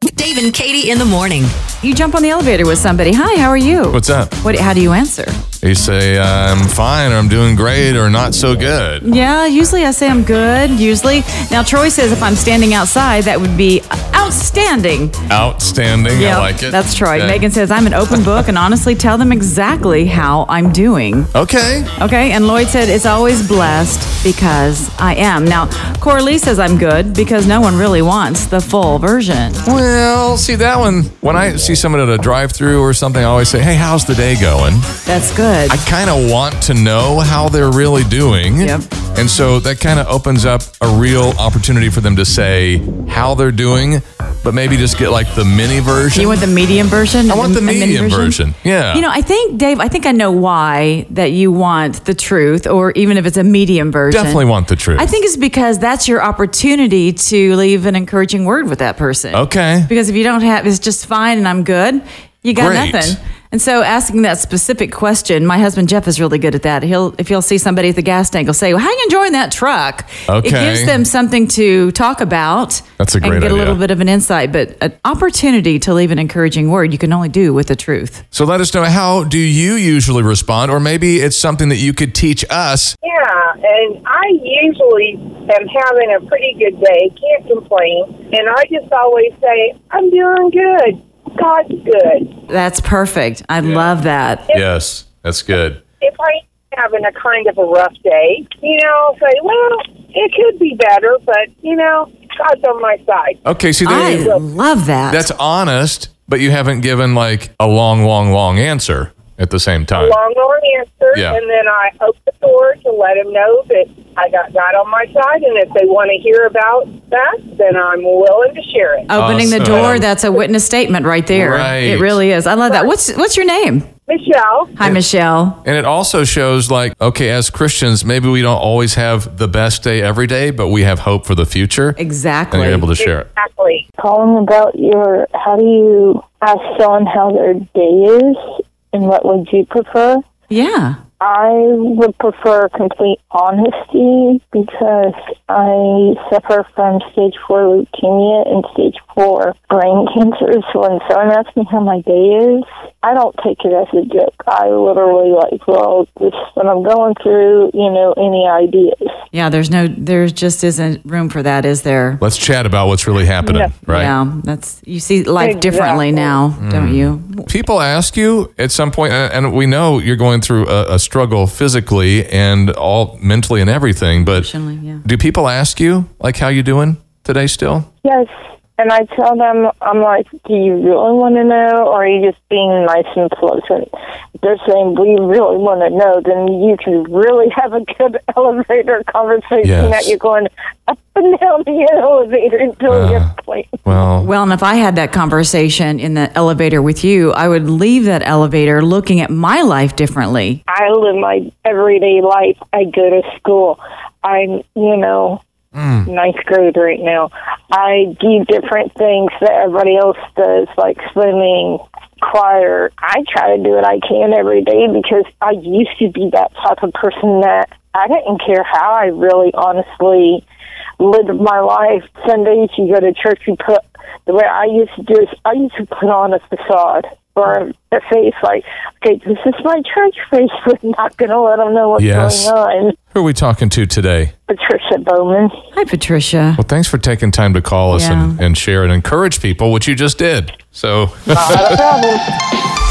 Dave and Katie in the morning. You jump on the elevator with somebody. Hi, how are you? What's up? What? How do you answer? You say, I'm fine, or I'm doing great, or not so good. Yeah, usually I say I'm good. Usually, now Troy says if I'm standing outside, that would be outstanding. Outstanding. I Yep, like it. That's Troy. Okay. Megan says I'm an open book and honestly tell them exactly how I'm doing. Okay. Okay, and Lloyd said it's always blessed because I am. Now, Coralie says I'm good because no one really wants the full version. Well, see that one. When I see someone at a drive-through or something, I always say, "Hey, how's the day going?" That's good. I kind of want to know how they're really doing. Yep. And so that kind of opens up a real opportunity for them to say how they're doing, but maybe just get like the mini version. you want the medium version? I want the A mini medium version. Yeah. You know, I think Dave. I think I know why that you want the truth, or even if it's a medium version. Definitely want the truth. I think it's because that's your opportunity to leave an encouraging word with that person. Okay. Because if you don't have, it's just fine and I'm good, you got Great. nothing. And so asking that specific question, my husband Jeff is really good at that. He'll if he'll see somebody at the gas tank, he'll say, well, "How you enjoying that truck?" Okay. It gives them something to talk about. That's a great and get a idea. little bit of an insight, but an opportunity to leave an encouraging word you can only do with the truth. So let us know how do you usually respond, or maybe it's something that you could teach us. Yeah, and I usually am having a pretty good day, can't complain, and I just always say, I'm doing good. God's good. That's perfect. I love that. Yes, that's good. If I'm having a kind of a rough day, you know, I'll say, well, it could be better, but, you know, God's on my side. Okay, see, there I you- love that. that's honest, but you haven't given like a long, long, long answer at the same time. Long, long answer, Yeah. and then I open the door to let them know that I got God on my side, and if they want to hear about that, then I'm willing to share it. Opening the Awesome. door, that's a witness statement right there. Right. It really is. I love that. What's what's your name? Michelle, Hi, Michelle. And it also shows like, okay, as Christians, maybe we don't always have the best day every day, but we have hope for the future. Exactly. And you're able to share it. exactly. call them about your how do you ask someone how their day is and what would you prefer yeah. i would prefer complete honesty because i suffer from stage four leukemia and stage four brain cancer so when someone asks me how my day is i don't take it as a joke i literally like well this is what i'm going through you know any ideas Yeah, there's no there just isn't room for that, is there? Let's chat about what's really happening, right? Yeah, that's you see life differently now, don't you? People ask you at some point, and and we know you're going through a, a struggle physically and all mentally and everything, but Emotionally, yeah. do people ask you like how you doing today still? Yes. And I tell them, I'm like, do you really want to know, or are you just being nice and pleasant? They're saying, we really want to know, then you can really have a good elevator conversation Yes. that you're going up and down the elevator until you Ah. get the place. Well, Well, and if I had that conversation in the elevator with you, I would leave that elevator looking at my life differently. I live my everyday life. I go to school. I'm, you know, ninth grade right now. I do different things that everybody else does, like swimming, choir. I try to do what I can every day because I used to be that type of person that I didn't care how I really honestly lived my life. Sundays you go to church, you put the way I used to do is I used to put on a facade or a face like, okay, this is my church face. We're not going to let them know what's Yes. going on. who are we talking to today? Patricia Bowman. Hi, Patricia. Well, thanks for taking time to call us and, and share and encourage people, which you just did. So. Not a problem.